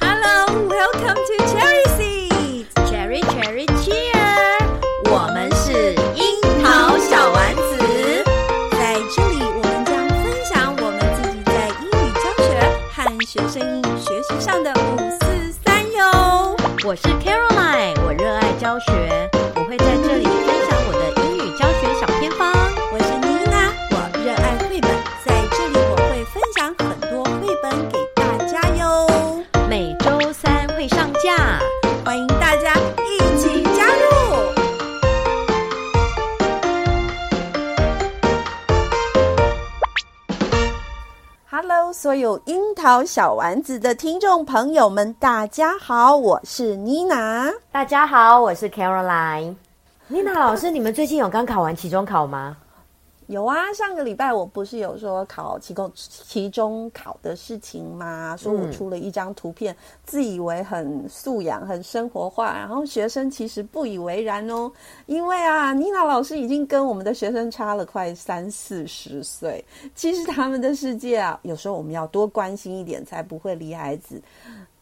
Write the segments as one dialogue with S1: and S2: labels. S1: Welcome, welcome to Cherry Seeds.
S2: Cherry Cherry Cheer，我们是樱桃
S1: 桃
S2: 小
S1: 小
S2: 丸
S1: 丸
S2: 子
S1: 子。在这里，我们将分享我们自己在英语教学和学生英语学习上的五四三哟。
S2: 我是 Caroline，我热爱教学，我会在这里分享我的英语教学小偏方。
S1: 我是妮娜，我热爱绘本，在这里我会分享很多绘本给大家哟。
S2: 每周三会上架。
S1: 欢迎大家一起加入。Hello，所有樱桃小丸子的听众朋友们，大家好，我是妮娜。
S2: 大家好，我是 Caroline。Nina 老师，你们最近有刚考完期中考吗？
S1: 有啊，上个礼拜我不是有说考期中期中考的事情吗？说
S2: 嗯
S1: 我出了一张图片，自以为很素养、很生活化，然后学生其实不以为然哦。因为啊，妮娜老师已经跟我们的学生差了快三四十岁，其实他们的世界啊，有时候我们要多关心一点，才不会离孩子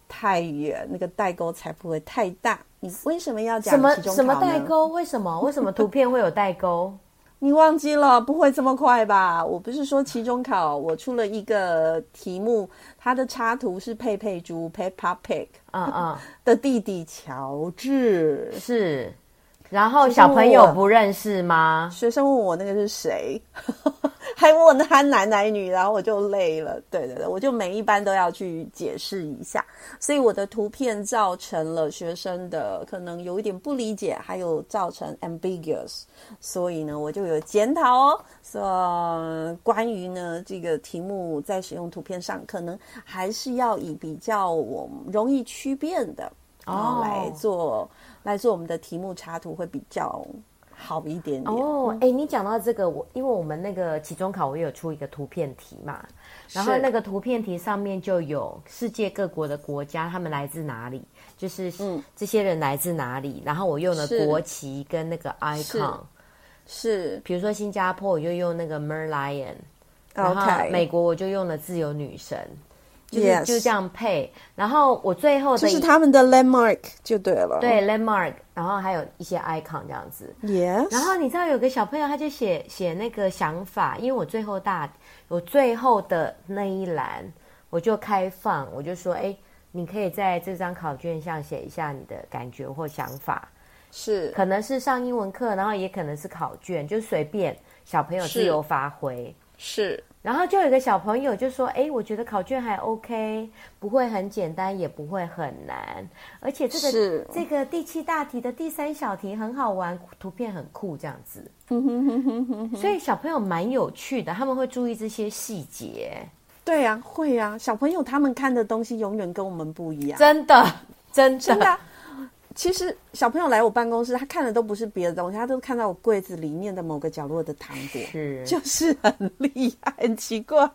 S1: 太远，那个代沟才不会太大。你为什么要讲
S2: 什么
S1: 期中考
S2: 什么
S1: 呢
S2: 代 沟？为什么？为什么图片会有代沟？
S1: 你忘记了？不会这么快吧？我不是说期中考，我出了一个题目，它的插图是佩佩猪 （Peppa Pig）
S2: 嗯嗯，
S1: 的弟弟乔治。
S2: 是。然后小朋友不认识吗？
S1: 学生问我那个是谁， 还问我他男男女，然后我就累了。对对对，我就每一班都要去解释一下，所以我的图片造成了学生的可能有一点不理解，还有造成 ambiguous，所以呢，我就有检讨哦，说呃关于呢这个题目在使用图片上，可能还是要以比较我容易区辨的哦
S2: 哦
S1: 来做来做我们的题目插图会比较好一点嗯点。
S2: 哦，哎、你讲到这个，我因为我们那个期中考，我有出一个图片题嘛，然后
S1: 是
S2: 那个图片题上面就有世界各国的国家，他们来自哪里，就是
S1: 嗯
S2: 这些人来自哪里，然后我用了
S1: 是
S2: 国旗跟那个 icon，
S1: 是
S2: 比如说新加坡我就用那个 merlion，然后
S1: ，OK，
S2: 美国我就用了自由女神，就是
S1: Yes
S2: 就这样配，然后我最后
S1: 这
S2: 的
S1: 是他们的 landmark 就对了。
S2: 对 landmark，然后还有一些 icon 这样子，
S1: ，Yes，
S2: 然后你知道有个小朋友，他就写写那个想法，因为我最后大，我最后的那一栏我就开放，我就说，哎，你可以在这张考卷上写一下你的感觉或想法，
S1: 是
S2: 可能是上英文课，然后也可能是考卷，就随便小朋友自
S1: 是
S2: 由发挥。
S1: 是
S2: 然后就有一个小朋友就说：“哎，我觉得考卷还 OK，不会很简单，也不会很难，而且这个
S1: 是
S2: 这个第七大题的第三小题很好玩，图片很酷，这样子。所以小朋友蛮有趣的，他们会注意这些细节，
S1: 对呀、会呀、小朋友他们看的东西永远跟我们不一样，
S2: 真的，真的，
S1: 真的啊、其实小朋友来我办公室，他看的都不是别的东西，他都看到我柜子里面的某个角落的糖果。
S2: 是
S1: 就是很厉害，很奇怪。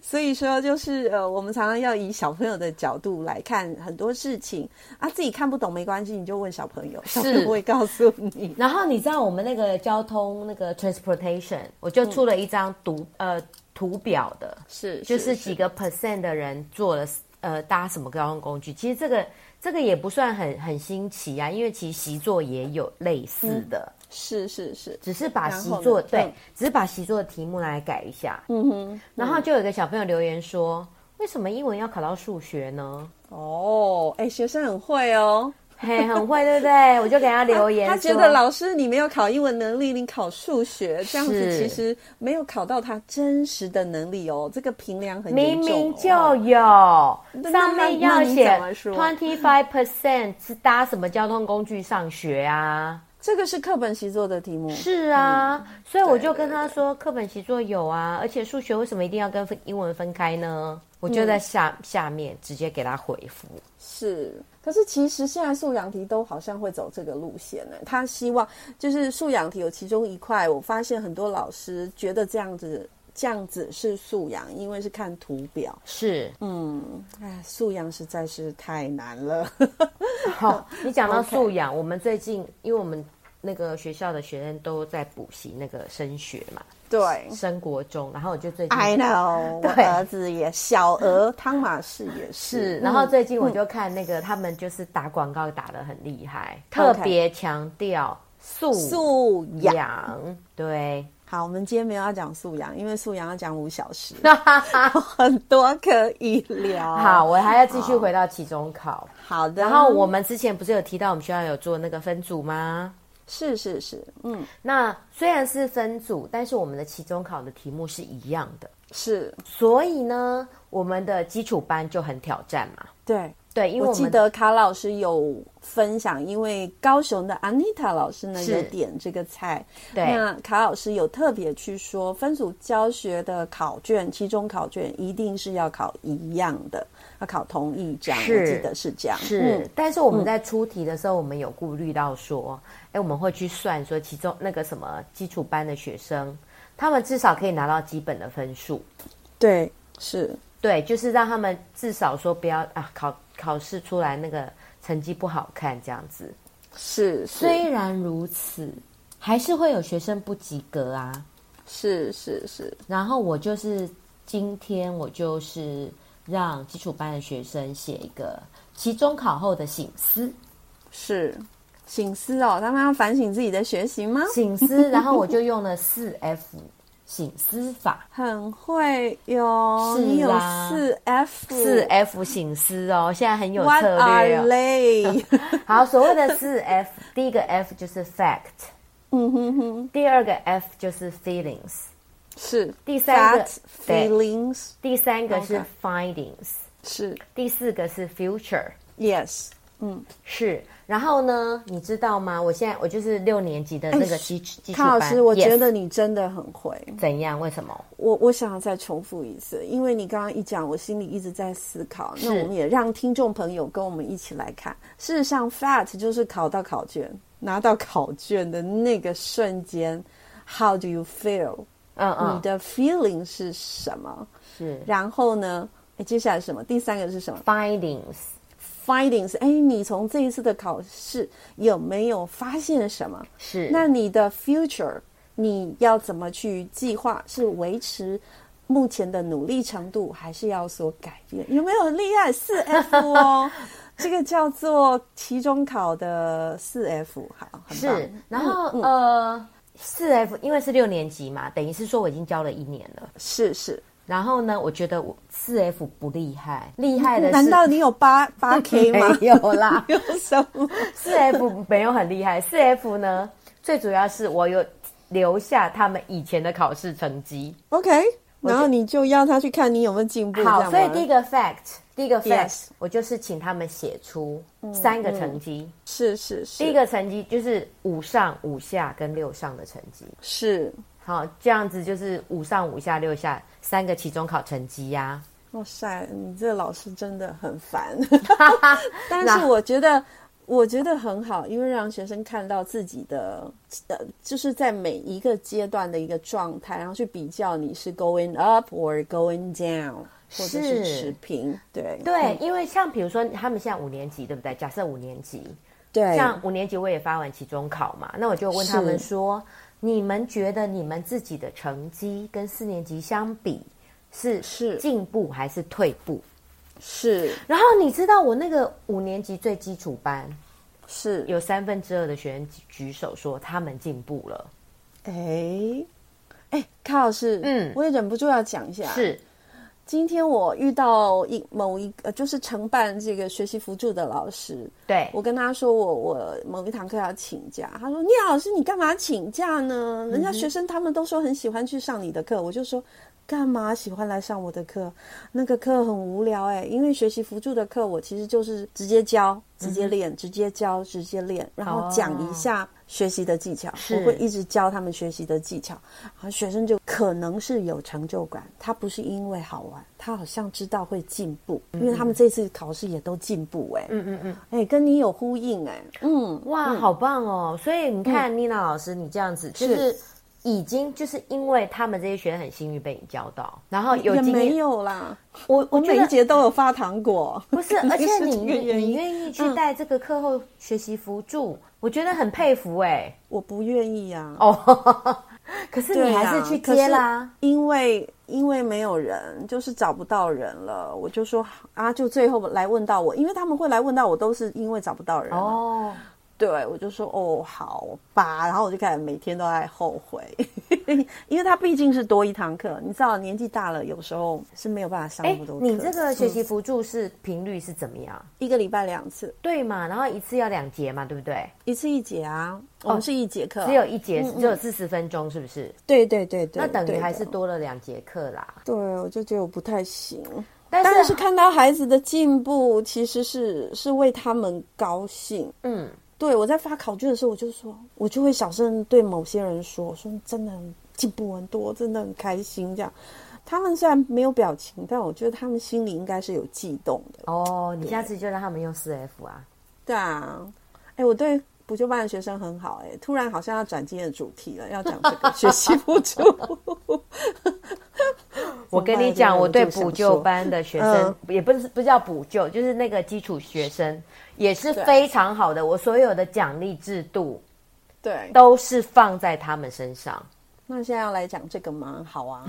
S1: 所以说，就是呃，我们常常要以小朋友的角度来看很多事情啊，自己看不懂没关系，你就问小朋友，小朋友会告诉你。
S2: 然后你知道我们那个交通那个 transportation，我就出了一张图、呃图表的，
S1: 是，
S2: 就是几个 percent 的人做了呃搭什么交通工具。其实这个这个也不算很很新奇啊，因为其实习作也有类似的，
S1: 是是是，
S2: 只是把
S1: 然
S2: 习
S1: 后呢
S2: 作对，
S1: 嗯
S2: 只是把习作的题目拿来改一下。
S1: 嗯哼，
S2: 然后就有一个小朋友留言说：“为什么英文要考到数学呢
S1: 哦，哎、学生很会哦。？”
S2: 嘿，很会，对不对？我就给他留 言
S1: 他觉
S2: 说
S1: 得老师你没有考英文能力，你考数学这样子，
S2: 是
S1: 其实没有考到他真实的能力哦。这个评量很
S2: 明
S1: 严重、哦。
S2: 明就有，
S1: 那
S2: 上
S1: 那
S2: 面
S1: 那
S2: 要
S1: 你
S2: 写
S1: 怎么说
S2: twenty five percent 是搭什么交通工具上学啊？
S1: 这个是课本习作的题目，
S2: 是啊，所以我就
S1: 嗯对
S2: 跟他说，课本习作有啊，而且数学为什么一定要跟分英文分开呢？我
S1: 嗯
S2: 就在下、下面直接给他回复，
S1: 是，可是其实现在素养题都好像会走这个路线呢。他希望就是素养题有其中一块，我发现很多老师觉得这样子这样子是素养，因为是看图表。
S2: 是，
S1: 嗯，哎，素养实 在是太难了。
S2: 好、你讲到
S1: OK
S2: 素养我们最近因为我们那个学校的学生都在补习那个升学嘛，
S1: 对
S2: 升国中，然后我就最近
S1: ，I know，我
S2: 对
S1: 儿子也小鹅汤马士也是，
S2: 是，然后
S1: 嗯
S2: 最近我就看那个、他们就是打广告打得很厉害，特别强调素
S1: 素养。
S2: 养，对，
S1: 好，我们今天没有要讲素养，因为素养要讲五小 时，很多可以聊。
S2: 好，，我还要继续回到期中考。
S1: 好的。
S2: 然后我们之前不是有提到我们学校有做那个分组吗？
S1: 是是是，嗯，
S2: 那虽然是分组，但是我们的期中考的题目是一样的，
S1: 是
S2: 所以呢，我们的基础班就很挑战嘛。
S1: 对。
S2: 对，因为
S1: 我
S2: 我
S1: 记
S2: 们
S1: 得卡老师有分享，因为高雄的 Anita 老师呢
S2: 是
S1: 有点这个菜，
S2: 对
S1: 那卡老师有特别去说，分组教学的考卷，期中考卷一定是要考一样的，要考同一张，我
S2: 是
S1: 记得是这样，
S2: 是，
S1: 嗯
S2: 但是我们在出题的时候，我们有顾虑到说，哎、我们会去算说其中那个什么基础班的学生，他们至少可以拿到基本的分数，
S1: 对，是
S2: 对，就是让他们至少说不要啊考考试出来那个成绩不好看这样子。
S1: 是
S2: 虽然如此，还是会有学生不及格啊。
S1: 是是是，
S2: 然后我就是今天我就是让基础班的学生写一个期中考后的醒思，
S1: 是醒思哦，他们要反省自己的学习吗？
S2: 醒思，然后我就用了四 F 醒思法，
S1: 很会哟，
S2: 是
S1: 你有
S2: 啦
S1: 四 F，
S2: 四 F 醒思哦，现在很有
S1: What
S2: 策
S1: are
S2: 略哦。
S1: they？
S2: 好，所谓的四 F，第一个 F 就是 fact，
S1: 嗯哼哼，
S2: 第二个 F 就是 feelings，
S1: 是
S2: 第三个
S1: Facts,
S2: 对
S1: feelings
S2: 第三个是
S1: OK
S2: findings，
S1: 是
S2: 第四个是 future。
S1: yes，嗯，
S2: 是，然后呢？你知道吗？我现在我就是六年级的那个基础基础
S1: 康
S2: 班。
S1: 哎老师，我觉
S2: Yes
S1: 得你真的很会。
S2: 怎样？为什么？
S1: 我我想要再重复一次，因为你刚刚一讲，我心里一直在思考。那
S2: 是
S1: 我们也让听众朋友跟我们一起来看。事实上，fact 就是考到考卷，拿到考卷的那个瞬间，How do you feel？、
S2: 嗯嗯
S1: 你，的 feeling 是什么？
S2: 是
S1: 然后呢？诶接下来是什么？第三个是什么
S2: findings，
S1: ？Findings。哎，你从这一次的考试有没有发现什么？
S2: 是
S1: 那你的 future 你要怎么去计划？是维持目前的努力程度，还是要所改变？有没有很厉害？四 F 哦，这个叫做期中考的四 F，好，很棒嗯
S2: 是，然后、呃，四 F 因为是六年级嘛，等于是说我已经教了一年了。
S1: 是是。
S2: 然后呢，我觉得我四 F 不厉害，厉害的是
S1: 难道你有八八 K 吗？
S2: 没有啦
S1: 有什 么？
S2: 四 F 没有很厉害？四 F 呢，最主要是我有留下他们以前的考试成绩。
S1: OK，然后你就要他去看你有没有进步，
S2: 好，所以第一
S1: 个
S2: 个 fact，第一个 fact，、
S1: Yes 嗯
S2: 我就是请他们写出三个成绩。
S1: 是是是，
S2: 第一个成绩就是五上五下跟六上的成绩，
S1: 是
S2: 好，这样子就是五上五下六下三个期中考成绩呀、
S1: 哇塞，你这老师真的很烦。
S2: 哈，
S1: 但是我觉得，我觉得很好，因为让学生看到自己的，呃，就是在每一个阶段的一个状态，然后去比较你是 going up or going down，或者是
S2: 是
S1: 持平，对
S2: 对，嗯因为像比如说他们现在五年级，对不对？假设五年级，
S1: 对，
S2: 像五年级我也发完期中考嘛，那我就问他们
S1: 是
S2: 说，你们觉得你们自己的成绩跟四年级相比是
S1: 是
S2: 进步还是退步？
S1: 是
S2: 然后你知道我那个五年级最基础班
S1: 是，
S2: 有三分之二的学员举举手说他们进步了，
S1: 哎。哎，卡老师，
S2: 嗯
S1: 我也忍不住要讲一下。
S2: 是
S1: 今天我遇到一某一个，呃就是承办这个学习辅助的老师，
S2: 对，
S1: 我跟他说我我某一堂课要请假，他说聂老师你干嘛请假呢？
S2: 嗯
S1: 人家学生他们都说很喜欢去上你的课，我就说干嘛喜欢来上我的课？那个课很无聊哎、因为学习辅助的课我其实就是直接
S2: 嗯
S1: 教、直接练、直接教、直接练，然后讲一下学习的技巧，
S2: 哦是
S1: 我会一直教他们学习的技巧，然后学生就可能是有成就感，他不是因为好玩，他好像知道会进步，因为他们这次考试也都进步哎、
S2: 嗯嗯嗯，
S1: 哎、跟你有呼应哎、嗯，嗯
S2: 哇，好棒哦！所以你看，妮娜老师，你这样子就是已经就是因为他们这些学生很幸运被你教到，然后有
S1: 也
S2: 经
S1: 没
S2: 验，
S1: 有啦，
S2: 我
S1: 我
S2: 我觉
S1: 每一
S2: 得
S1: 节都有发糖果，
S2: 不 是，而且你
S1: 这个原
S2: 你
S1: 因嗯
S2: 愿意去带这个课后学习辅助，我觉得很佩服哎、
S1: 我不愿意啊。
S2: 哦，可是
S1: 对啊
S2: 你还
S1: 呀
S2: 是去接啦。，
S1: 可是因为因为没有人，就是找不到人了，我就说啊，就最后来问到我，因为他们会来问到我，都是因为找不到人啊。
S2: 哦，
S1: 对，我就说哦，好吧，然后我就开始每天都在后悔， 因为他毕竟是多一堂课，你知道年纪大了，有时候是没有办法上
S2: 哎、
S1: 那么多课。嗯
S2: 你这个学习辅助是频率是怎么样？
S1: 一个礼拜两次，
S2: 对嘛？然后一次要两节嘛，对不对？
S1: 一次一节啊，我们是一节课，
S2: 只有一节，只有四十分钟，是不是？
S1: 对对对嗯对，
S2: 那等
S1: 对
S2: 于
S1: 的
S2: 还是多了两节课啦。
S1: 对，我就觉得我不太行。
S2: 但
S1: 但是
S2: 是，
S1: 看到孩子的进步，其实是是为他们高兴。
S2: 嗯，
S1: 对我在发考卷的时候，我就说，我就会小声对某些人说，我说你真的很进步很多，真的很开心这样。他们虽然没有表情，但我觉得他们心里应该是有悸动的。
S2: 哦，你下次就让他们用四 F 啊。
S1: 对啊，哎，我对补修班的学生很好、哎，突然好像要转今天的主题了，要讲这 个学习辅助。
S2: 我跟你讲，
S1: 我
S2: 我对
S1: 就想
S2: 补救
S1: 说嗯
S2: 班的学生，也不是不叫补救，就是那个基础学生，也是非常好的。我所有的奖励制度
S1: 对，
S2: 都是放在他们身上。
S1: 那现在要来讲这个吗？好啊，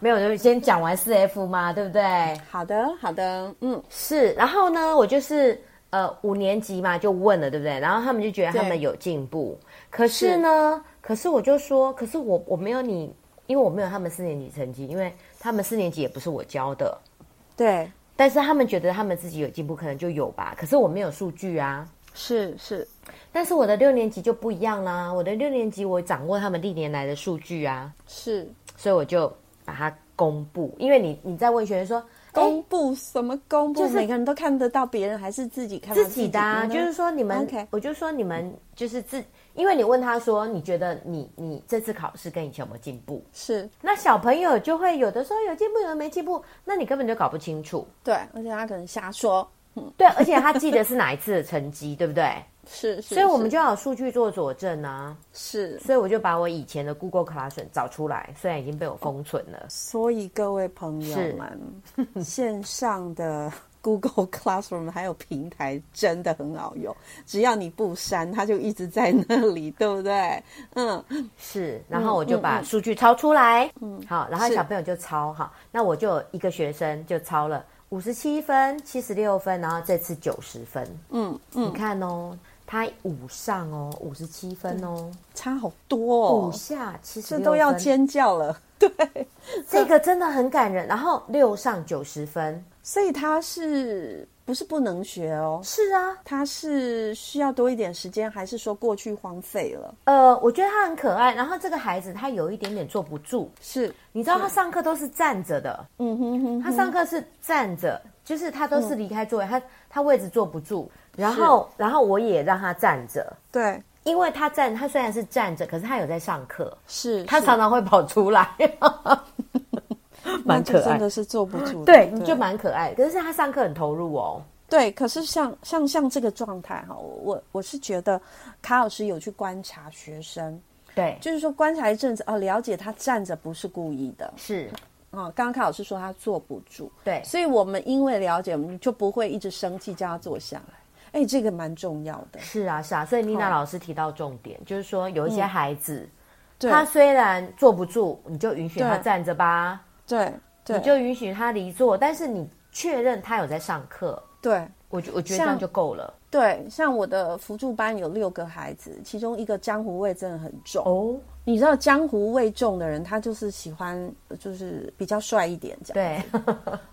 S2: 没有，就先讲完四 F 嘛，对不对？
S1: 好的，好的，嗯，
S2: 是，然后呢，我就是呃五年级嘛，就问了，对不对？然后他们就觉得他
S1: 对
S2: 们有进步，可是呢，可是我就说，可是我我没有你，因为我没有他们四年级成绩，因为他们四年级也不是我教的，
S1: 对，
S2: 但是他们觉得他们自己有进步，可能就有吧。可是我没有数据啊。
S1: 是是，
S2: 但是我的六年级就不一样啦，我的六年级我掌握他们历年来的数据啊，
S1: 是
S2: 所以我就把它公布。因为你你在问学生说，哎
S1: 公布什么公布？
S2: 就是
S1: 每个人都看得到别人，还是自己看到
S2: 自己的、啊，
S1: 呢
S2: 就是说你们
S1: OK
S2: 我就说你们就是自，因为你问他说，你觉得你你这次考试跟以前有没有进步？
S1: 是
S2: 那小朋友就会有的时候有进步，有的没进步，那你根本就搞不清楚。
S1: 对，而且他可能瞎说，
S2: 对，而且他记得是哪一次的成绩，对不对？
S1: 是， 是
S2: 所以我们
S1: 是
S2: 就要有数据做佐证啊。
S1: 是，
S2: 所以我就把我以前的 Google Classroom 找出来，虽然已经被我封存了。
S1: 所以各位朋友
S2: 是
S1: 们， 线上的 Google Classroom 还有平台真的很好用，只要你不删，它就一直在那里，对不对？嗯，
S2: 是，然后我就把数据抄出来，嗯，好，然后
S1: 是
S2: 小朋友就抄哈，那我就有一个学生就抄了五十七分、七十六分，然后这次九十分，嗯嗯，你看哦，他五上哦，五十七分哦，
S1: 差好多
S2: 五
S1: 哦，
S2: 下七十
S1: 这
S2: 六
S1: 都要尖叫了。
S2: 这个真的很感人。然后六上九十分，
S1: 所以他是不是不能学哦？
S2: 是啊，
S1: 他是需要多一点时间，还是说过去荒废了？
S2: 呃，我觉得他很可爱。然后这个孩子他有一点点坐不住，
S1: 是，
S2: 你知道他上课都是站着的，
S1: 嗯哼哼，嗯
S2: 他上课是站着，就是他都是离开座位，他他位置坐不住，然后然后我也让他站着，
S1: 对，
S2: 因为他站，他虽然是站着，可是他有在上课，
S1: 是
S2: 他
S1: 是
S2: 常常会跑出来， 蛮
S1: 那就
S2: 可爱
S1: 真。的是坐不住的，
S2: 对，就蛮可爱。可是他上课很投入哦。
S1: 对。可是像像像这个状态哈，我我我是觉得卡老师有去观察学生，
S2: 对，
S1: 就是说观察一阵子哦，了解他站着不是故意的
S2: 是，
S1: 啊、哦。刚刚卡老师说他坐不住，
S2: 对，
S1: 所以我们因为了解，我们就不会一直生气叫他坐下来。哎，这个蛮重要的，
S2: 是啊，是啊。所以妮娜老师提到重点，就是说有一些孩子，
S1: 嗯对
S2: 他虽然坐不住，你就允许他
S1: 对
S2: 站着吧，
S1: 对对，
S2: 你就允许他离座，但是你确认他有在上课，
S1: 对。
S2: 我觉我觉得这样
S1: 像
S2: 就够了。
S1: 对，像我的辅助班有六个孩子，其中一个江湖味真的很重。
S2: 哦，
S1: 你知道江湖味重的人，他就是喜欢就是比较帅一点这样。
S2: 对，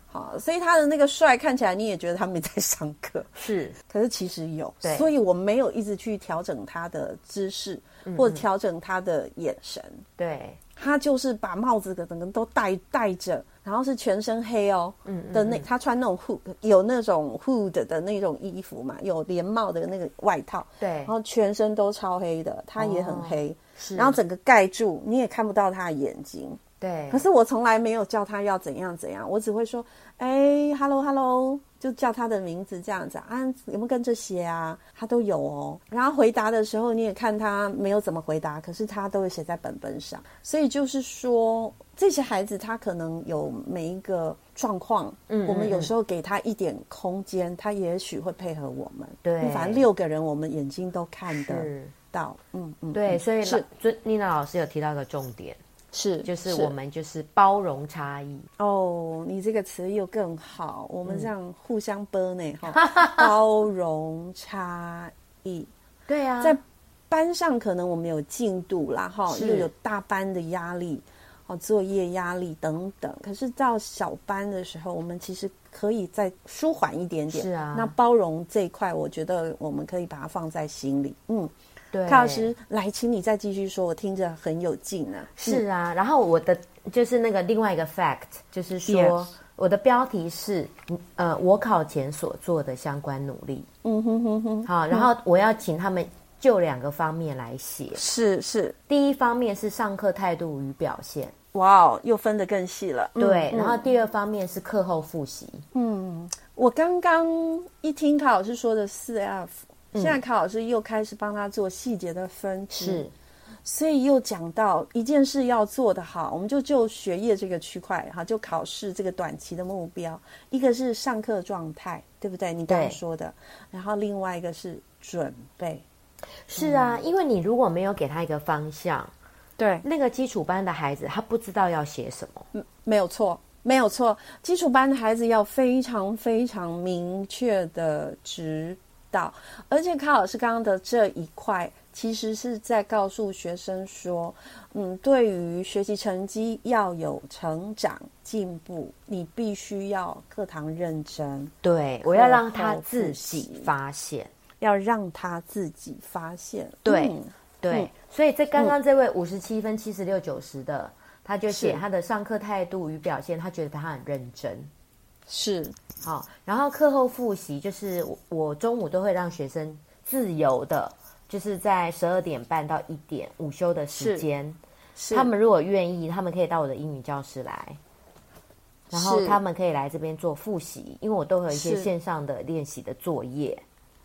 S1: 好，啊所以他的那个帅看起来你也觉得他没在上课，
S2: 是
S1: 可是其实有
S2: 对。
S1: 所以我没有一直去调整他的姿势
S2: 嗯
S1: 或者调整他的眼神，
S2: 对，
S1: 他就是把帽子的整个都戴戴着，然后是全身黑哦，嗯的那他穿那种 hood 有那种 hood 的那种衣服嘛，有连帽的那个外套，
S2: 对
S1: 然后全身都超黑的，他也很
S2: 哦
S1: 黑，
S2: 是
S1: 哦然后整个盖住，你也看不到他的眼睛。
S2: 对，
S1: 可是我从来没有叫他要怎样怎样，我只会说，哎、h e l l o hello，就叫他的名字这样子啊，有没有跟着写啊？他都有哦。然后回答的时候，你也看他没有怎么回答，可是他都有写在本本上。所以就是说，这些孩子他可能有每一个状况，
S2: 嗯
S1: 我们有
S2: 嗯
S1: 时候给他一点空间，他也许会配合我们。
S2: 对
S1: 反正六个人我们眼睛都看得
S2: 是，
S1: 到。嗯嗯，
S2: 对，
S1: 嗯
S2: 所以
S1: 是
S2: 老尊妮娜老师有提到一个重点，
S1: 是
S2: 就是我们就是包容差异，
S1: 哦，你这个词又更好，我们这样互相播 呢哈，包容差异。
S2: 对啊，
S1: 在班上可能我们有进度啦，哈，
S2: 是
S1: 又有大班的压力，哦，作业压力等等。可是到小班的时候，我们其实可以再舒缓一点点。
S2: 是啊
S1: 那包容这一块，我觉得我们可以把它放在心里。嗯，
S2: 对，
S1: 卡老师，来，请你再继续说，我听着很有劲呢、啊。嗯，
S2: 是啊，然后我的就是那个另外一个 fact，就是说
S1: Yes
S2: 我的标题是呃，我考前所做的相关努力。
S1: 嗯哼哼哼，
S2: 好，然后我要请他们就两个方面来写。
S1: 是是，
S2: 第一方面是上课态度与表现，
S1: 哇哦，又分得更细了。嗯
S2: 对，
S1: 嗯
S2: 然后第二方面是课后复习。
S1: 嗯，我刚刚一听卡老师说的四 F，、现在卡老师又开始帮他做细节的分支，
S2: 是，
S1: 所以又讲到一件事要做得好，我们就就学业这个区块哈，就考试这个短期的目标，一个是上课状态，对不对？你刚刚
S2: 对
S1: 说的，然后另外一个是准备，
S2: 是
S1: 嗯
S2: 啊，因为你如果没有给他一个方向，
S1: 对，
S2: 那个基础班的孩子他不知道要写什么。
S1: 没有错，没有错。基础班的孩子要非常非常明确的指导，而且卡老师刚刚的这一块，其实是在告诉学生说，嗯，对于学习成绩要有成长进步，你必须要课堂认真，
S2: 对，我要让
S1: 后
S2: 他
S1: 复
S2: 自
S1: 习
S2: 己发现。
S1: 要让他自己发现。
S2: 对
S1: 嗯
S2: 对，
S1: 嗯
S2: 所以这刚刚这位五十七分、七十六、九十的，他就写
S1: 是
S2: 他的上课态度与表现，他觉得他很认真。
S1: 是
S2: 好，然后课后复习就是我我中午都会让学生自由的，就是在十二点半到一点午休的时
S1: 是
S2: 间，
S1: 是
S2: 他们如果愿意，他们可以到我的英语教室来。然后
S1: 是
S2: 他们可以来这边做复习，因为我都会有一些
S1: 是
S2: 线上的练习的作业。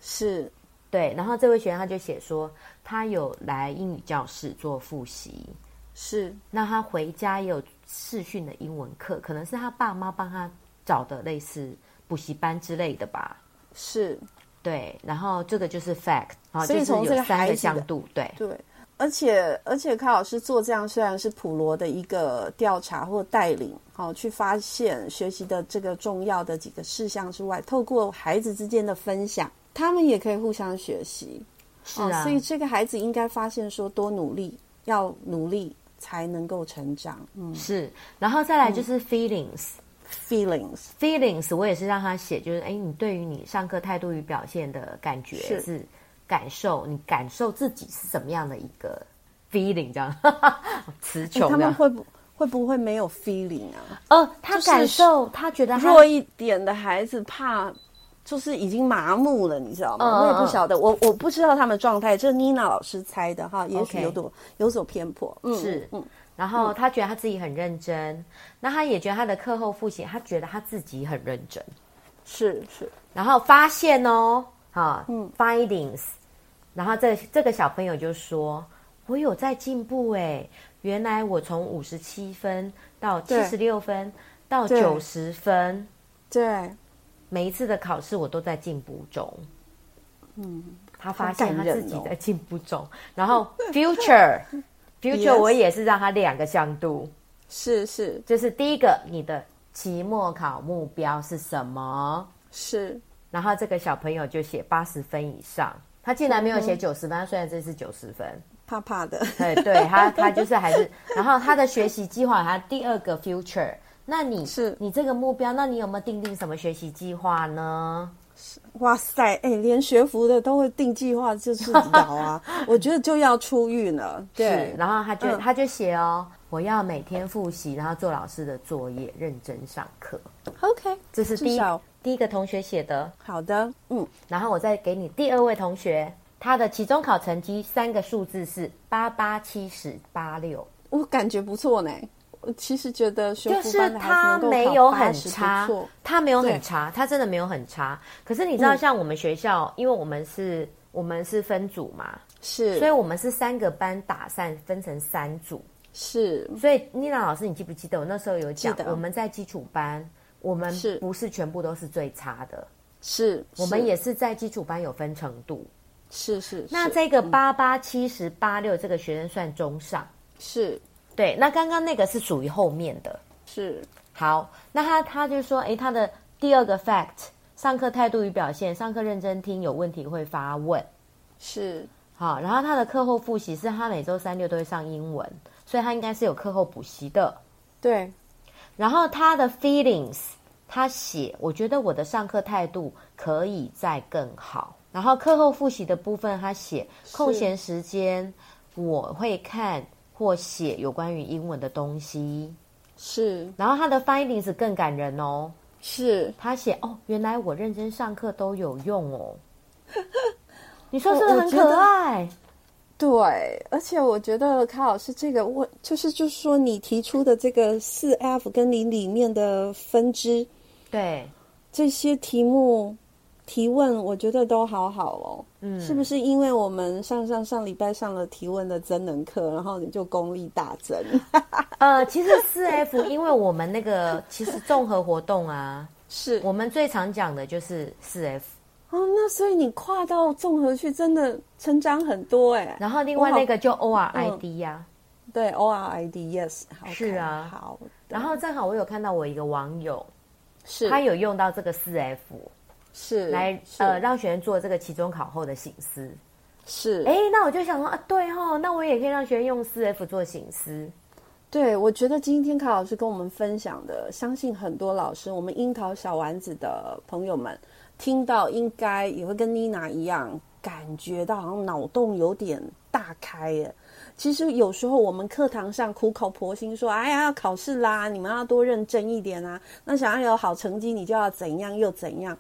S1: 是
S2: 对，然后这位学员他就写说，他有来英语教室做复习，
S1: 是
S2: 那他回家也有视讯的英文课，可能是他爸妈帮他找的类似补习班之类的吧。
S1: 是，
S2: 对，然后这个就是 fact，好，
S1: 所以
S2: 就是
S1: 从这
S2: 有
S1: 个
S2: 三
S1: 孩子
S2: 个
S1: 的
S2: 向度，对，
S1: 对，而且而且，柯老师做这样虽然是普罗的一个调查或带领，好、去发现学习的这个重要的几个事项之外，透过孩子之间的分享，他们也可以互相学习。哦
S2: 是啊，
S1: 所以这个孩子应该发现说，多努力，要努力才能够成长。嗯
S2: 是，然后再来就是 feelings，feelings、
S1: ，feelings
S2: feelings 我也是让他写，就是哎，你对于你上课态度与表现的感觉
S1: 是
S2: 是感受，你感受自己是怎么样的一个 feeling 这样， 词穷
S1: 哎他
S2: 这
S1: 们
S2: 样
S1: 会不会不会没有 feeling 啊？
S2: 哦，他
S1: 就是
S2: 感受，他觉得他
S1: 弱一点的孩子怕。就是已经麻木了，你知道吗？
S2: 嗯嗯
S1: 我也不晓得，我我不知道他们状态，这是妮娜老师猜的哈，也许
S2: OK
S1: 有所有所偏颇。嗯，
S2: 是
S1: 嗯，
S2: 然后他觉得他自己很认真，那他也觉得他的课后复习，他觉得他自己很认真，
S1: 是是
S2: 然后发现哦，哈，findings，然后这这个小朋友就说，我有在进步哎，原来我从五十七分到七
S1: 对
S2: 十六分到
S1: 对
S2: 九十分，
S1: 对，
S2: 每一次的考试我都在进步中，嗯，他发现
S1: 好
S2: 他
S1: 感人
S2: 自己
S1: 哦
S2: 在进步中，然后 future。future
S1: Yes
S2: 我也是让他两个向度，
S1: 是是
S2: 就是第一个，你的期末考目标是什么？
S1: 是
S2: 然后这个小朋友就写八十分以上，他竟然没有
S1: 嗯
S2: 写九十分，他虽然这次九十分，
S1: 怕怕 的，
S2: 对对，他他就是还是，然后他的学习计划，他第二个 future，那你
S1: 是
S2: 你这个目标，那你有没有定定什么学习计划呢？
S1: 哇塞，哎、连学服的都会定计划，就是聊 啊，我觉得就要出狱了。对
S2: 是，然后他就、
S1: 嗯
S2: 他就写哦，我要每天复习，然后做老师的作业，认真上课，
S1: ，OK，
S2: 这是第
S1: 至
S2: 一
S1: 少
S2: 第一个同学写的，
S1: 好的，嗯，
S2: 然后我再给你第二位同学，他的期中考成绩三个数字是八八七十八六。
S1: 我感觉不错呢。我其实觉得学
S2: 就
S1: 府
S2: 是
S1: 班的
S2: 他
S1: 孩子能够
S2: 没
S1: 考
S2: 有
S1: 80
S2: 很
S1: 不
S2: 差
S1: 错，
S2: 他没有
S1: 对
S2: 很差，他真的没有很差。可是你知道，
S1: 嗯
S2: 像我们学校，因为我们是我们是分组嘛，
S1: 是，
S2: 所以我们是三个班打散分成三组。
S1: 是
S2: 所以妮娜老师，你记不记得我那时候有讲
S1: 记，得
S2: 我们在基础班，我们
S1: 是
S2: 不是全部都是最差的，
S1: 是，
S2: 我们
S1: 是
S2: 也是在基础班有分程度。
S1: 是是，嗯
S2: 那
S1: 是
S2: 这个八八七十八六这个学生算中上，
S1: 是
S2: 对。那刚刚那个是属于后面的，
S1: 是
S2: 好，那他他就说，诶，他的第二个 fact，上课态度与表现，上课认真听，有问题会发问。
S1: 是
S2: 好，然后他的课后复习是他每周三六都会上英文，所以他应该是有课后补习的。
S1: 对
S2: 然后他的 feelings，他写，我觉得我的上课态度可以再更好。然后课后复习的部分，他写空闲时间我会看或写有关于英文的东西。
S1: 是
S2: 然后他的 findings 更感人哦，
S1: 是，
S2: 他写哦，原来我认真上课都有用 哦。你说是不
S1: 我
S2: 是
S1: 我
S2: 很
S1: 觉得
S2: 可爱？
S1: 对，而且我觉得卡老师这个问，就是就是说你提出的这个四 F 跟你里面的分支
S2: 对，
S1: 这些题目提问，我觉得都好好哦。
S2: 嗯，
S1: 是不是因为我们上上上礼拜上了提问的增能课，然后你就功力大增？
S2: 呃，其实四 F，因为我们那个其实综合活动啊，
S1: 是
S2: 我们最常讲的就是四 F。
S1: 哦，那所以你跨到综合去，真的成长很多哎。
S2: 然后另外
S1: 我好
S2: 那个就 O R I
S1: 嗯
S2: D 呀、
S1: 对，O R I D Yes，好看
S2: 是啊
S1: 好的，
S2: 然后正好我有看到我一个网友，
S1: 是
S2: 他有用到这个四 F
S1: 是
S2: 来
S1: 嗯是
S2: 呃让学生做这个期中考后的醒思。
S1: 是
S2: 哎，那我就想说啊，对哦，那我也可以让学生用四 F 做醒思。
S1: 对，我觉得今天卡老师跟我们分享的，相信很多老师，我们樱桃小丸子的朋友们听到，应该也会跟妮娜一样，感觉到好像脑洞有点大开耶。其实有时候我们课堂上苦口婆心说：“哎呀，要考试啦，你们要多认真一点啊！那想要有好成绩，你就要怎样又怎样。”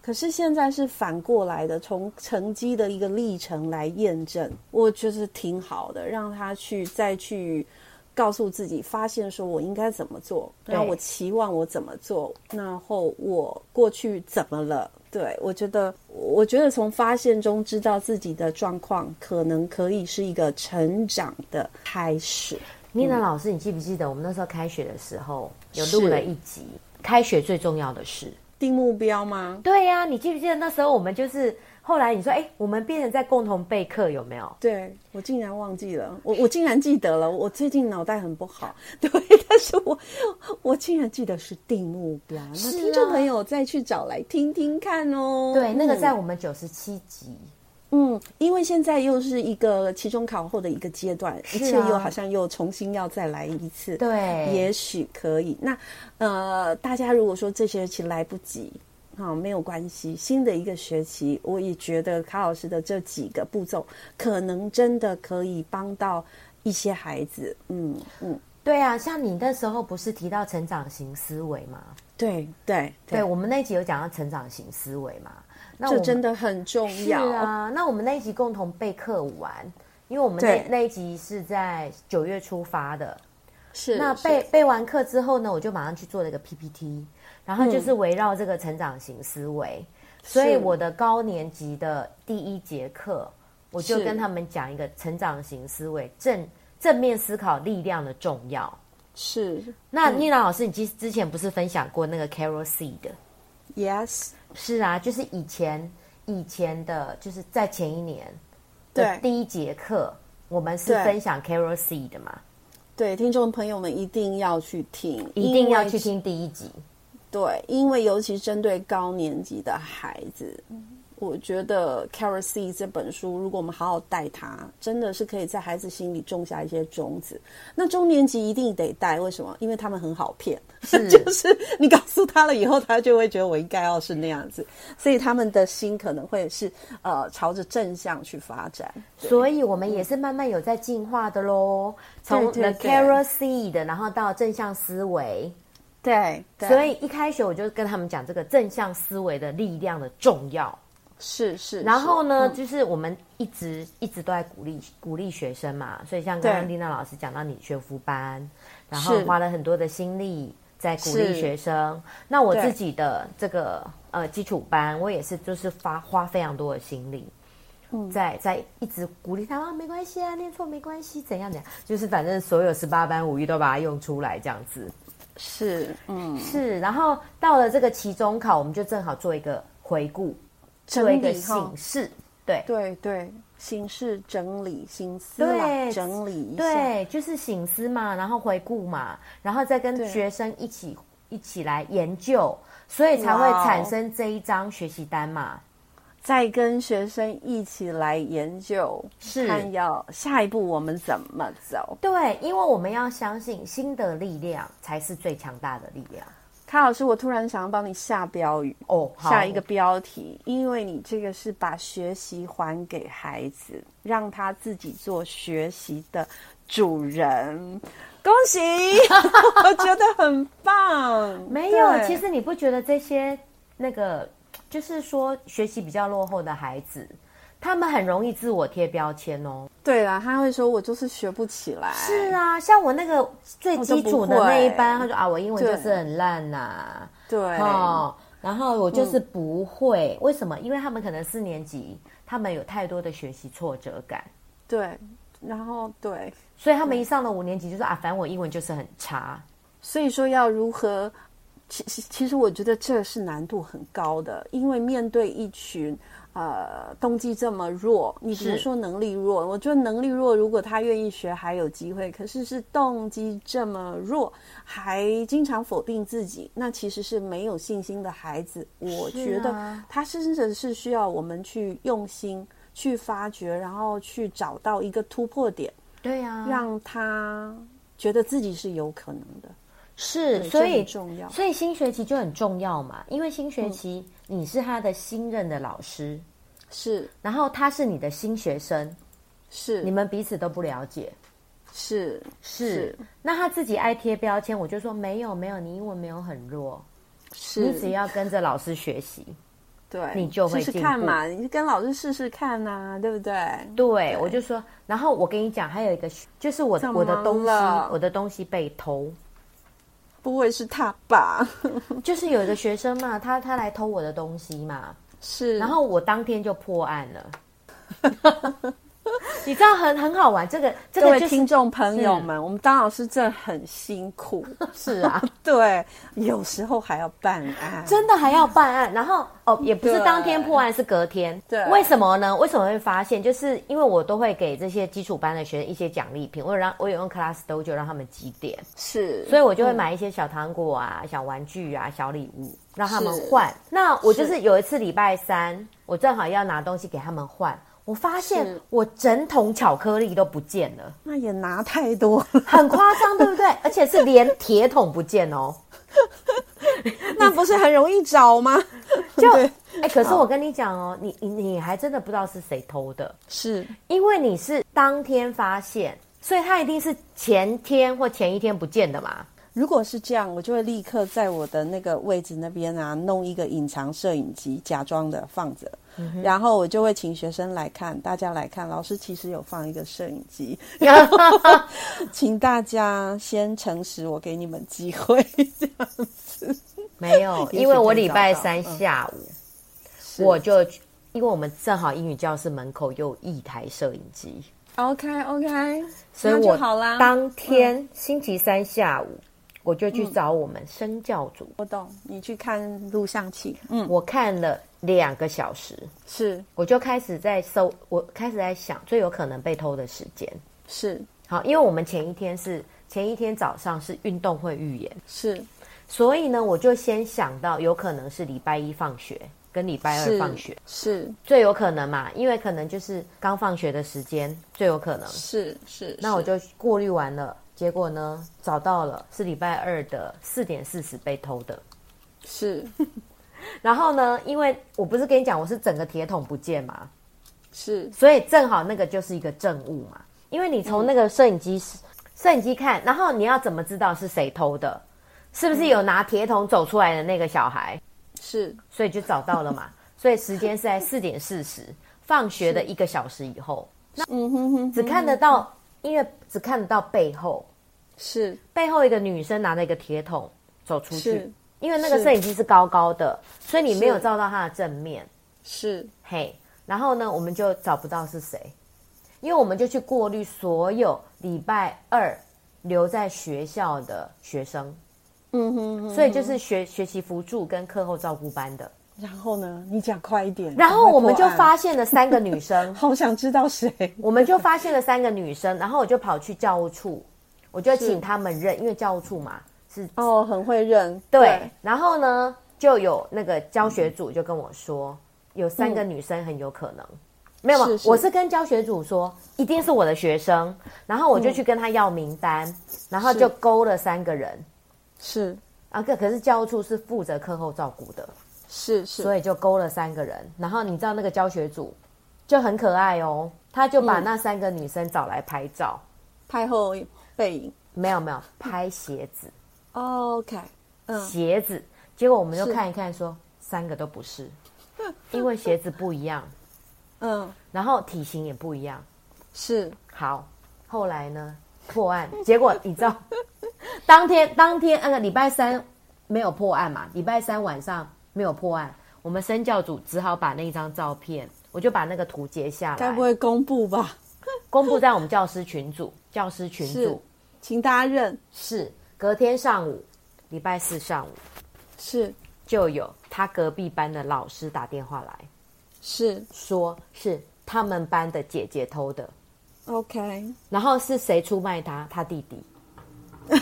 S1: 可是现在是反过来的，从成绩的一个历程来验证，我觉得挺好的，让他去再去告诉自己，发现说我应该怎么做，
S2: 对
S1: 然后我期望我怎么做，然后我过去怎么了。对，我觉得，我觉得从发现中知道自己的状况，可能可以是一个成长的开始。
S2: 妮娜老师，你记不记得我们那时候开学的时候有
S1: 是
S2: 录了一集？开学最重要的事。
S1: 定目标吗？
S2: 对呀、你记不记得那时候我们就是后来你说，哎，我们变成在共同备课，有没有？
S1: 对我竟然忘记了，我我竟然记得了，我最近脑袋很不 好，对，但是我我竟然记得是定目标，那
S2: 是啊
S1: 听众朋友再去找来听听看哦。
S2: 对，那个
S1: 嗯
S2: 在我们九十七集。
S1: 嗯，因为现在又是一个期中考后的一个阶段，一
S2: 啊
S1: 切又好像又重新要再来一次，
S2: 对
S1: 也许可以。那呃，大家如果说这学期来不及，啊、没有关系，新的一个学期，我也觉得卡老师的这几个步骤，可能真的可以帮到一些孩子。嗯嗯，
S2: 对啊，像你那时候不是提到成长型思维吗？
S1: 对对
S2: 对
S1: 对，
S2: 我们那一集有讲到成长型思维嘛？那我
S1: 这
S2: 们
S1: 真的很重
S2: 是
S1: 要。
S2: 啊。那我们那一集共同备课完，因为我们那
S1: 对
S2: 那一集是在九月出发的。
S1: 是
S2: 那
S1: 是
S2: 备备完课之后呢，我就马上去做了一个 PPT，然后
S1: 嗯
S2: 就是围绕这个成长型思维。所以我的高年级的第一节课，我就是跟他们讲一个成长型思维正正面思考力量的重要。
S1: 是
S2: 那妮娜老师，你之之前不是分享过那个 Carol Seed？
S1: ，yes，
S2: 是啊，就是以前以前的，就是在前一年的
S1: 对
S2: 第一节课，我们是
S1: 对
S2: 分享 Carol Seed 的嘛，
S1: 对，听众朋友们一定要去听，
S2: 一定要
S1: 因为
S2: 去听第一集。
S1: 对，因为尤其针对高年级的孩子，
S2: 嗯
S1: 我觉得《c a r o s e 这本书，如果我们好好带它，真的是可以在孩子心里种下一些种子。那中年级一定得带，为什么？因为他们很好骗，
S2: 是
S1: 就是你告诉他了以后，他就会觉得我应该要是那样子，所以他们的心可能会是呃朝着正向去发展。
S2: 所以我们也是慢慢有在进化的喽，从
S1: 嗯对
S2: The
S1: 对
S2: Carol Seed，然后到正向思维。
S1: 对，
S2: 所以一开学我就跟他们讲这个正向思维的力量的重要。
S1: 是是。
S2: 然后呢，
S1: 是嗯
S2: 就是我们一直一直都在鼓励鼓励学生嘛，所以像刚刚
S1: 对
S2: 丽娜老师讲到你学服班，然后
S1: 是
S2: 花了很多的心力在鼓
S1: 是
S2: 励学生。那我
S1: 对
S2: 自己的这个呃基础班，我也是就是花花非常多的心力。
S1: 嗯
S2: 在在一直鼓励他啊，没关系啊，念错没关系，怎样怎样，就是反正所有十八般武艺都把它用出来这样子。
S1: 是，嗯，
S2: 是，然后到了这个期中考，我们就正好做一个回顾，做一
S1: 整
S2: 个
S1: 理哈
S2: 形式，对
S1: 对对，形式整理、心思啦，
S2: 对
S1: 整理一下，
S2: 对，就是醒思嘛，然后回顾嘛，然后再跟
S1: 对
S2: 学生一起一起来研究，所以才会
S1: 哇哦
S2: 产生这一张学习单嘛。
S1: 再跟学生一起来研究，
S2: 是
S1: 看要下一步我们怎么走。
S2: 对，因为我们要相信新的力量才是最强大的力量。
S1: 卡老师，我突然想要帮你下标语，
S2: 哦，好
S1: 下一个标题，因为你这个是把学习还给孩子，让他自己做学习的主人。恭喜， 我觉得很棒。
S2: 没有，
S1: 对
S2: 其实你不觉得这些那个，就是说学习比较落后的孩子，他们很容易自我贴标签哦。
S1: 对啦，他会说我就是学不起来。
S2: 是啊，像我那个
S1: 哦
S2: 最基础的那一班，他说啊，我英文就是很烂呐、
S1: 对，
S2: 哦，然后我就是
S1: 嗯
S2: 不会，为什么？因为他们可能四年级，他们有太多的学习挫折感，
S1: 对，然后对，
S2: 所以他们一上了五年级就说啊，反正我英文就是很差。
S1: 所以说要如何？其其其实我觉得这是难度很高的，因为面对一群呃动机这么弱，你只是
S2: 是
S1: 说能力弱，我觉得能力弱，如果他愿意学还有机会，可是是动机这么弱，还经常否定自己，那其实是没有信心的孩子。我
S2: 是
S1: 觉得
S2: 啊
S1: 他甚至是需要我们去用心去发掘，然后去找到一个突破点，
S2: 对啊，
S1: 让他觉得自己是有可能的。
S2: 是，
S1: 对
S2: 所
S1: 这很
S2: 以
S1: 重要
S2: 所以新学期就很重要嘛，因为新学期
S1: 嗯
S2: 你是他的新任的老师，
S1: 是
S2: 然后他是你的新学生，
S1: 是，
S2: 你们彼此都不了解。
S1: 是是
S2: 那他自己爱贴标签，我就说没有没有，你英文没有很弱，
S1: 是，
S2: 你只要跟着老师学习。
S1: 对，
S2: 你就会
S1: 试试
S2: 进
S1: 看
S2: 步
S1: 嘛，你就跟老师试试看呐、对不对？
S2: 对，我就说，然后我跟你讲，还有一个就是我的
S1: 怎么
S2: 我的东西
S1: 了，
S2: 我的东西被偷，
S1: 不会是他吧？
S2: 就是有一个学生嘛，他他来偷我的东西嘛，
S1: 是，
S2: 然后我当天就破案了。 你知道很很好玩，这个这
S1: 各
S2: 个
S1: 位
S2: 就是
S1: 听众朋友们，我们当老师真的很辛苦，
S2: 是啊，
S1: 对，有时候还要办案，
S2: 真的还要办案。然后 哦，也不是
S1: 对
S2: 当天破案，是隔天。
S1: 对
S2: 为什么呢？为什么会发现？就是因为我都会给这些基础班的学生一些奖励品，我有让我有用 Class Dojo 让他们积点，
S1: 是，
S2: 所以我就会买一些小糖果啊、小玩具啊、小礼物让他们
S1: 是
S2: 换。那我就是是有一次礼拜三，我正好要拿东西给他们换，我发现
S1: 是
S2: 我整桶巧克力都不见了。
S1: 那也拿太多了，
S2: 很夸 张，对不对？而且是连铁桶不见哦。
S1: 那不是很容易找吗？
S2: 就
S1: 对
S2: 哎、可是我跟你讲哦，你你你还真的不知道是谁偷的，
S1: 是
S2: 因为你是当天发现，所以他一定是前天或前一天不见的 嘛。
S1: 如果是这样，我就会立刻在我的那个位置那边啊，弄一个隐藏摄影机，假装的放着，然后我就会请学生来看，大家来看，老师其实有放一个摄影机， 请大家先诚实，我给你们机 会。这样
S2: 没有，
S1: 也许
S2: 因为我
S1: 可以
S2: 礼
S1: 找
S2: 拜
S1: 到
S2: 三
S1: 嗯
S2: 下 午、我就去，因为我们正好英语教室门口有一台摄影机，
S1: OK OK，
S2: 所以
S1: 那就
S2: 我
S1: 好啦。
S2: 当天、星期三下午我就去找我们生教组，
S1: 我懂，你去看录像器，嗯，
S2: 我看了两个小时。
S1: 是
S2: 我就开始在搜，我开始在想最有可能被偷的时间。
S1: 是
S2: 好，因为我们前一天是前一天早上是运动会预言，
S1: 是
S2: 所以呢，我就先想到有可能是礼拜一放学跟礼拜二
S1: 是
S2: 放学
S1: 是
S2: 最有可能嘛，因为可能就是刚放学的时间最有可能。
S1: 是是，
S2: 那我就过滤完了，结果呢找到了是礼拜二的四点四十被偷的。
S1: 是
S2: 然后呢，因为我不是跟你讲我是整个铁桶不见嘛，
S1: 是
S2: 所以正好那个就是一个证物嘛，因为你
S1: 嗯
S2: 从那个摄影机、摄影机看，然后你要怎么知道是谁偷的？
S1: 嗯
S2: 是不是有拿铁桶走出来的那个小孩？
S1: 是
S2: 所以就找到了嘛。所以时间是在四点四十，放学的一个小时以后，
S1: 嗯哼哼，
S2: 只看得到，因为只看得到背后，
S1: 是
S2: 背后一个女生拿着一个铁桶走出去
S1: 是，
S2: 因为那个
S1: 是
S2: 摄影机是高高的，所以你没有
S1: 是
S2: 照到她的正面，
S1: 是
S2: 嘿，然后呢，我们就找不到是谁，因为我们就去过滤所有礼拜二留在学校的学生，
S1: 嗯哼嗯哼，
S2: 所以就是学学习辅助跟课后照顾班的，
S1: 然后呢？你讲快一点。
S2: 然后
S1: 赶快
S2: 我们
S1: 破
S2: 就
S1: 案，
S2: 发现了三个女生，
S1: 好想知道谁。
S2: 我们就发现了三个女生，然后我就跑去教务处，我就请他们认，因为教务处嘛是
S1: 哦，很会认。
S2: 对，然后呢就有那个教学组就跟我说，有三个女生很有可能。没有，
S1: 嗯是是
S2: 我是跟教学组说，一定是我的学生，然后我就去跟他要名单，
S1: 嗯
S2: 然后就是勾了三个人，
S1: 是
S2: 啊，可可是教务处是负责课后照顾的，
S1: 是是，
S2: 所以就勾了三个人。然后你知道那个教学组就很可爱哦，他就把
S1: 嗯
S2: 那三个女生找来拍照，
S1: 拍后背影。
S2: 没有没有拍鞋子，哦
S1: OK，嗯，
S2: 鞋子。结果我们就是看一看说三个都不 是，因为鞋子不一样，
S1: 嗯，
S2: 然后体型也不一样。
S1: 是
S2: 好，后来呢破案，结果你知道， 当天当天那个礼拜三没有破案嘛，礼拜三晚上没有破案，我们生教组只好把那一张照片，我就把那个图截下来，
S1: 该不会公布吧？
S2: 公布在我们教师群组，教师群
S1: 是
S2: 组，
S1: 请大家认
S2: 是隔天上午，礼拜四上午
S1: 是
S2: 就有他隔壁班的老师打电话来
S1: 是
S2: 说，是他们班的姐姐偷的，
S1: OK，
S2: 然后是谁出卖他？他弟弟，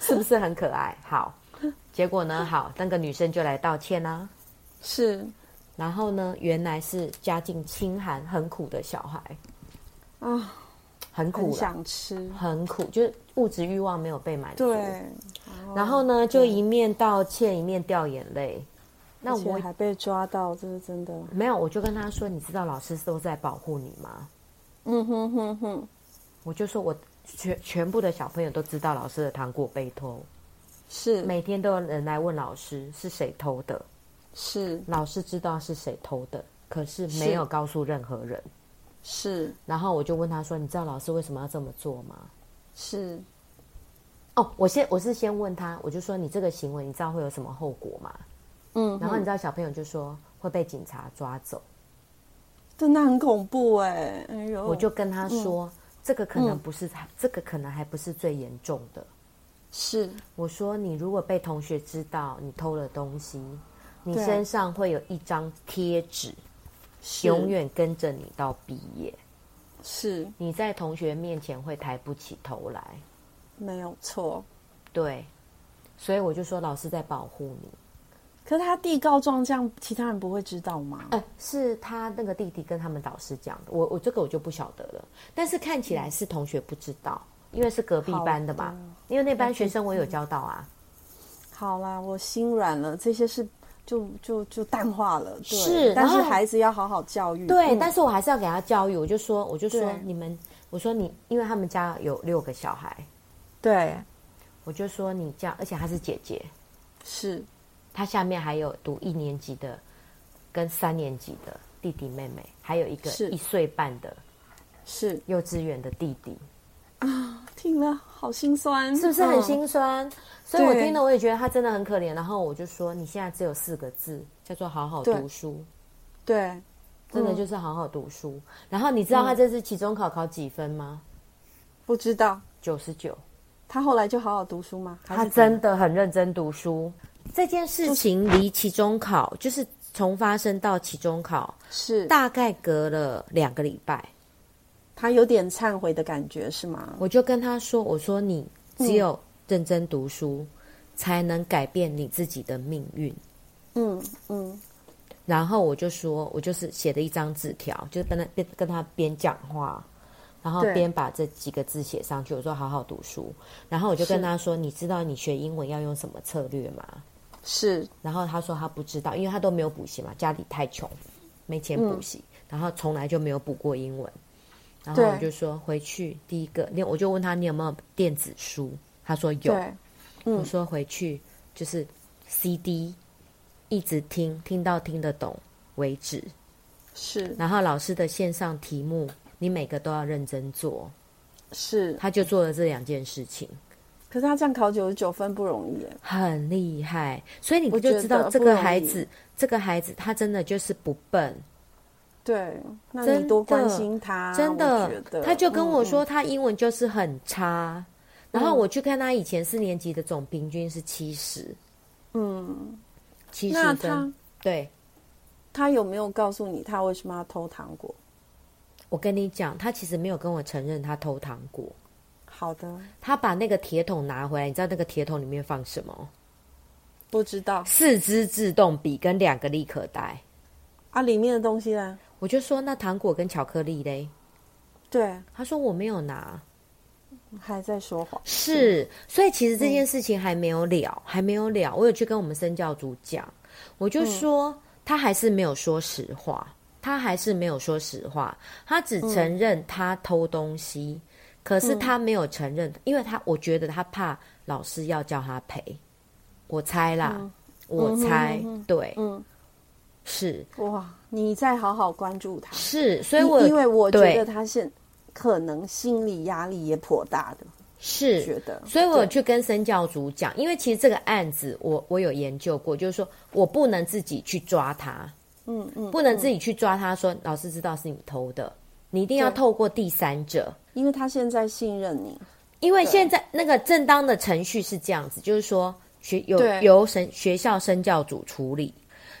S2: 是不是很可爱？好，结果呢，好，那个女生就来道歉啦、
S1: 是
S2: 然后呢，原来是家境清寒、很苦的小孩，
S1: 啊，
S2: 很
S1: 很
S2: 苦啦，
S1: 想吃。
S2: 很苦，就是物质欲望没有被满足。
S1: 对，嗯
S2: 然后呢，就一面道歉，一面掉眼泪。那
S1: 而且
S2: 我
S1: 还被抓到，这是真的。
S2: 没有，我就跟他说：“你知道老师都在保护你吗
S1: 嗯哼哼哼，？”
S2: 我就说我全全部的小朋友都知道老师的糖果被偷，
S1: 是
S2: 每天都有人来问老师是谁偷的，
S1: 是
S2: 老师知道是谁偷的，可是没
S1: 是
S2: 有告诉任何人。
S1: 是
S2: 然后我就问他说：“你知道老师为什么要这么做吗
S1: 是，？”
S2: 哦，我先我是先问他，我就说：“你这个行为，你知道会有什么后果吗
S1: 嗯？”哼，
S2: 然后你知道小朋友就说会被警察抓走。
S1: 真的很恐怖哎，哎呦，
S2: 我就跟他说，这个可能
S1: 嗯
S2: 不是，这个可能还不是最严重的。
S1: 是
S2: 我说，你如果被同学知道你偷了东西，你
S1: 对
S2: 身上会有一张贴纸，
S1: 是
S2: 永远跟着你到毕业。
S1: 是
S2: 你在同学面前会抬不起头来，
S1: 没有错。
S2: 对。所以我就说，老师在保护你。
S1: 可是他递告状，这样其他人不会知道吗？
S2: 哎、是他那个弟弟跟他们导师讲的，我我这个我就不晓得了。但是看起来是同学不知道，因为是隔壁
S1: 好
S2: 班的嘛，因为那班学生我有教到啊。
S1: 好啦，我心软了，这些事就就就淡化了。对
S2: 是
S1: 但是
S2: 然后
S1: 孩子要好好教育。
S2: 对，
S1: 嗯
S2: 但是我还是要给他教育，我就说，我就说
S1: 对
S2: 你们，我说你，因为他们家有六个小孩，
S1: 对
S2: 我就说你这样，而且她是姐姐，
S1: 是
S2: 她下面还有读一年级的跟三年级的弟弟妹妹，还有一个
S1: 是
S2: 一岁半的
S1: 是，
S2: 幼稚园的弟弟，
S1: 听了好心酸，
S2: 是不是很
S1: 嗯
S2: 心酸？所以我
S1: 对
S2: 听了我也觉得她真的很可怜，然后我就说你现在只有四个字，叫做好好
S1: 对
S2: 读书。
S1: 对，
S2: 真的就是好好读书，然后你知道她这次期中考考几分吗？
S1: 不知道
S2: 九十九。
S1: 他后来就好好读书吗？还
S2: 他
S1: 是
S2: 真的很认真读书。这件事情离期中考，就是从发生到期中考，
S1: 是
S2: 大概隔了两个礼拜，
S1: 他有点忏悔的感觉是吗？
S2: 我就跟他说：“我说你只
S1: 嗯
S2: 有认真读书，才能改变你自己的命运。
S1: 嗯嗯，”
S2: 然后我就说，我就是写了一张纸条，就是跟他边跟他边讲话，然后
S1: 对
S2: 边把这几个字写上去。我说：“好好读书。”然后我就跟
S1: 是
S2: 他说：“你知道你学英文要用什么策略吗？”
S1: 是
S2: 然后他说他不知道，因为他都没有补习嘛，家里太穷，没钱
S1: 嗯
S2: 补习，然后从来就没有补过英文。然后
S1: 对
S2: 我就说回去第一个，你我就问他你有没有电子书，他说有，
S1: 对
S2: 我说回去就是 CD，一直听，听到听得懂为止。
S1: 是
S2: 然后老师的线上题目，你每个都要认真做。
S1: 是，
S2: 他就做了这两件事情，
S1: 可是他这样考九十九分不容易耶。
S2: 很厉害。所以你
S1: 我觉
S2: 就
S1: 得
S2: 知道
S1: 不
S2: 这个
S1: 容易
S2: 孩子，这个孩子他真的就是不笨，
S1: 对，那
S2: 真
S1: 你多关
S2: 的
S1: 心他，
S2: 真
S1: 啊我觉
S2: 的
S1: 得。
S2: 他就跟我
S1: 嗯
S2: 说他英文就是很差，然后我去看他以前四年级的总平均是七十，
S1: 嗯，
S2: 七
S1: 那
S2: 十
S1: 他
S2: 分。对，
S1: 他有没有告诉你他为什么要偷糖果？
S2: 我跟你讲，他其实没有跟我承认他偷糖果，
S1: 好的，
S2: 他把那个铁桶拿回来，你知道那个铁桶里面放什么？
S1: 不知道
S2: 四支自动笔跟两个立可带。
S1: 啊，里面的东西呢？
S2: 我就说那糖果跟巧克力嘞，
S1: 对，
S2: 他说我没有拿，
S1: 还在说谎。
S2: 是，所以其实这
S1: 嗯
S2: 件事情还没有了，还没有了。我有去跟我们身教组讲，我就说、
S1: 嗯
S2: 他还是没有说实话，他还是没有说实话，他只承认他偷东西，可是
S1: 嗯
S2: 他没有承认，因为他我觉得他怕老师要叫他赔，我猜啦，我
S1: 嗯
S2: 猜，
S1: 嗯哼嗯哼
S2: 对，
S1: 嗯，
S2: 是
S1: 哇，你再好好关注他，
S2: 是，所以
S1: 因
S2: 我
S1: 因为我觉
S2: 对
S1: 得他现可能心理压力也颇大的，
S2: 是
S1: 觉得
S2: 所以我有
S1: 对
S2: 去跟生教组讲，因为其实这个案子我我有研究过，就是说我不能自己去抓他，
S1: 嗯嗯，
S2: 不能自己去抓他说、老师知道是你偷的，你一定要
S1: 对
S2: 透过第三者，
S1: 因为他现在信任你，
S2: 因为现在那个正当的程序是这样子，就是说学由
S1: 对
S2: 由神学校生教组处理，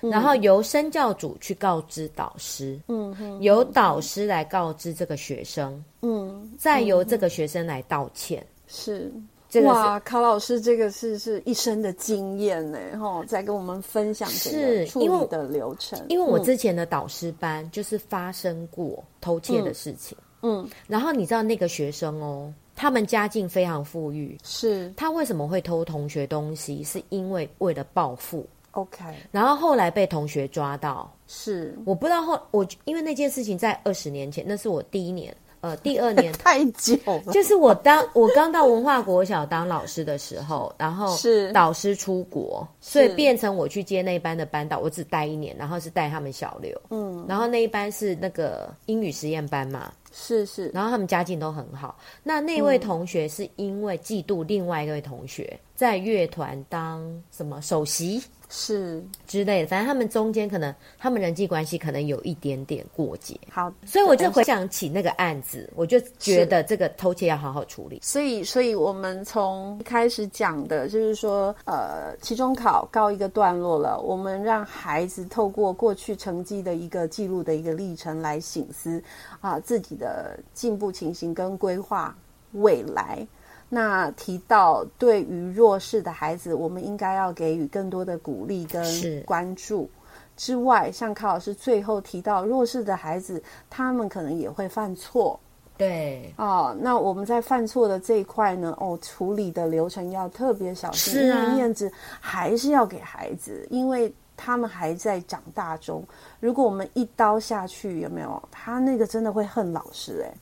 S2: 然后由生教组去告知导师，
S1: 嗯哼，
S2: 由导师来告知这个学生，
S1: 嗯，
S2: 再由这个学生来道歉。
S1: 是。
S2: 这个是
S1: 哇，卡老师，这个是是一生的经验呢，吼，在跟我们分享整个
S2: 是
S1: 处
S2: 因为
S1: 理的流程。
S2: 因为我
S1: 嗯
S2: 之前的导师班就是发生过偷窃的事情，
S1: 嗯
S2: 然后你知道那个学生哦，他们家境非常富裕，
S1: 是
S2: 他为什么会偷同学东西？是因为为了报复，
S1: OK
S2: 然后后来被同学抓到。
S1: 是，
S2: 我不知道后我因为那件事情在二十年前，那是我第一年，呃，第二年
S1: 太久了，
S2: 就是我当我刚到文化国小当老师的时候，然后
S1: 是
S2: 导师出国，所以变成我去接那一班的班导，我只带一年，然后是带他们小六，嗯，然后那一班是那个英语实验班嘛，
S1: 是是
S2: 然后他们家境都很好。那那位同学是因为嫉妒另外一位同学在乐团当什么首席
S1: 是
S2: 之类的，反正他们中间可能他们人际关系可能有一点点过节。
S1: 好，
S2: 所以我就回想起那个案子，我就觉得这个偷窃要好好处理。
S1: 所以，所以我们从一开始讲的，就是说，呃，期中考告一个段落了，我们让孩子透过过去成绩的一个记录的一个历程来醒思啊、自己的进步情形跟规划未来。那提到对于弱势的孩子，我们应该要给予更多的鼓励跟
S2: 是
S1: 关注。之外，像卡老师最后提到，弱势的孩子他们可能也会犯错，
S2: 对，
S1: 哦，那我们在犯错的这一块呢，哦，处理的流程要特别小心，
S2: 是啊
S1: 因为面子还是要给孩子，因为他们还在长大中。如果我们一刀下去，有没有？他那个真的会恨老师哎、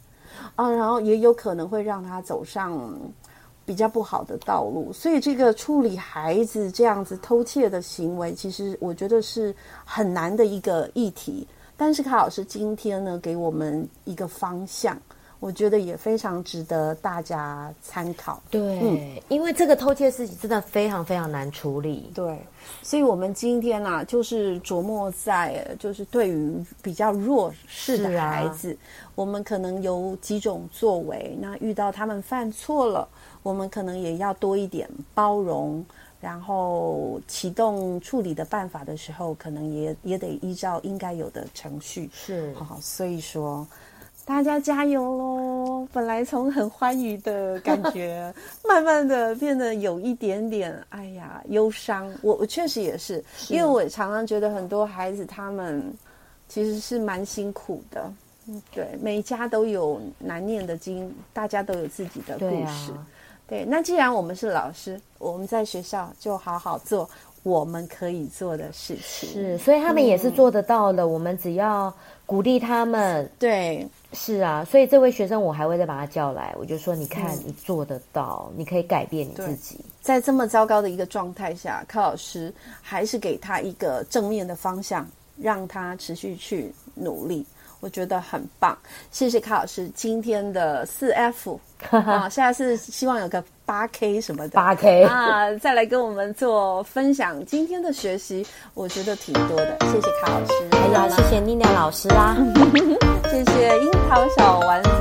S1: 啊，然后也有可能会让他走上嗯比较不好的道路。所以这个处理孩子这样子偷窃的行为，其实我觉得是很难的一个议题。但是卡老师今天呢，给我们一个方向，我觉得也非常值得大家参考。
S2: 对，因为这个偷窃事情真的非常非常难处理。
S1: 对，所以我们今天啊，就是琢磨在，呃就是对于比较弱势
S2: 是
S1: 的
S2: 啊
S1: 孩子，我们可能有几种作为。那遇到他们犯错了，我们可能也要多一点包容。然后启动处理的办法的时候，可能也也得依照应该有的程序。
S2: 是
S1: 好，哦所以说大家加油喽！本来从很欢愉的感 觉，慢慢的变得有一点点，哎呀，忧伤。我我确实也是，因为我常常觉得很多孩子他们其实是蛮辛苦的。嗯，对，每一家都有难念的经，大家都有自己的故
S2: 对
S1: 事。
S2: 啊，
S1: 对，那既然我们是老师，我们在学校就好好做我们可以做的事情。
S2: 是，所以他们也是做得到的。我们只要鼓励他们，
S1: 对，
S2: 是啊。所以这位学生，我还会再把他叫来，我就说：你看，你做得到，你可以改变你自己。
S1: 在这么糟糕的一个状态下，柯老师还是给他一个正面的方向，让他持续去努力。我觉得很棒，谢谢柯老师今天的四 F 啊，下次希望有个八 K 什么的，
S2: 八 K
S1: 啊，再来跟我们做分享今天的学习，我觉得挺多的，
S2: 哎
S1: 啊谢谢柯老师，啊
S2: 还有，谢谢妮娜老师啦。
S1: 谢谢樱桃小丸子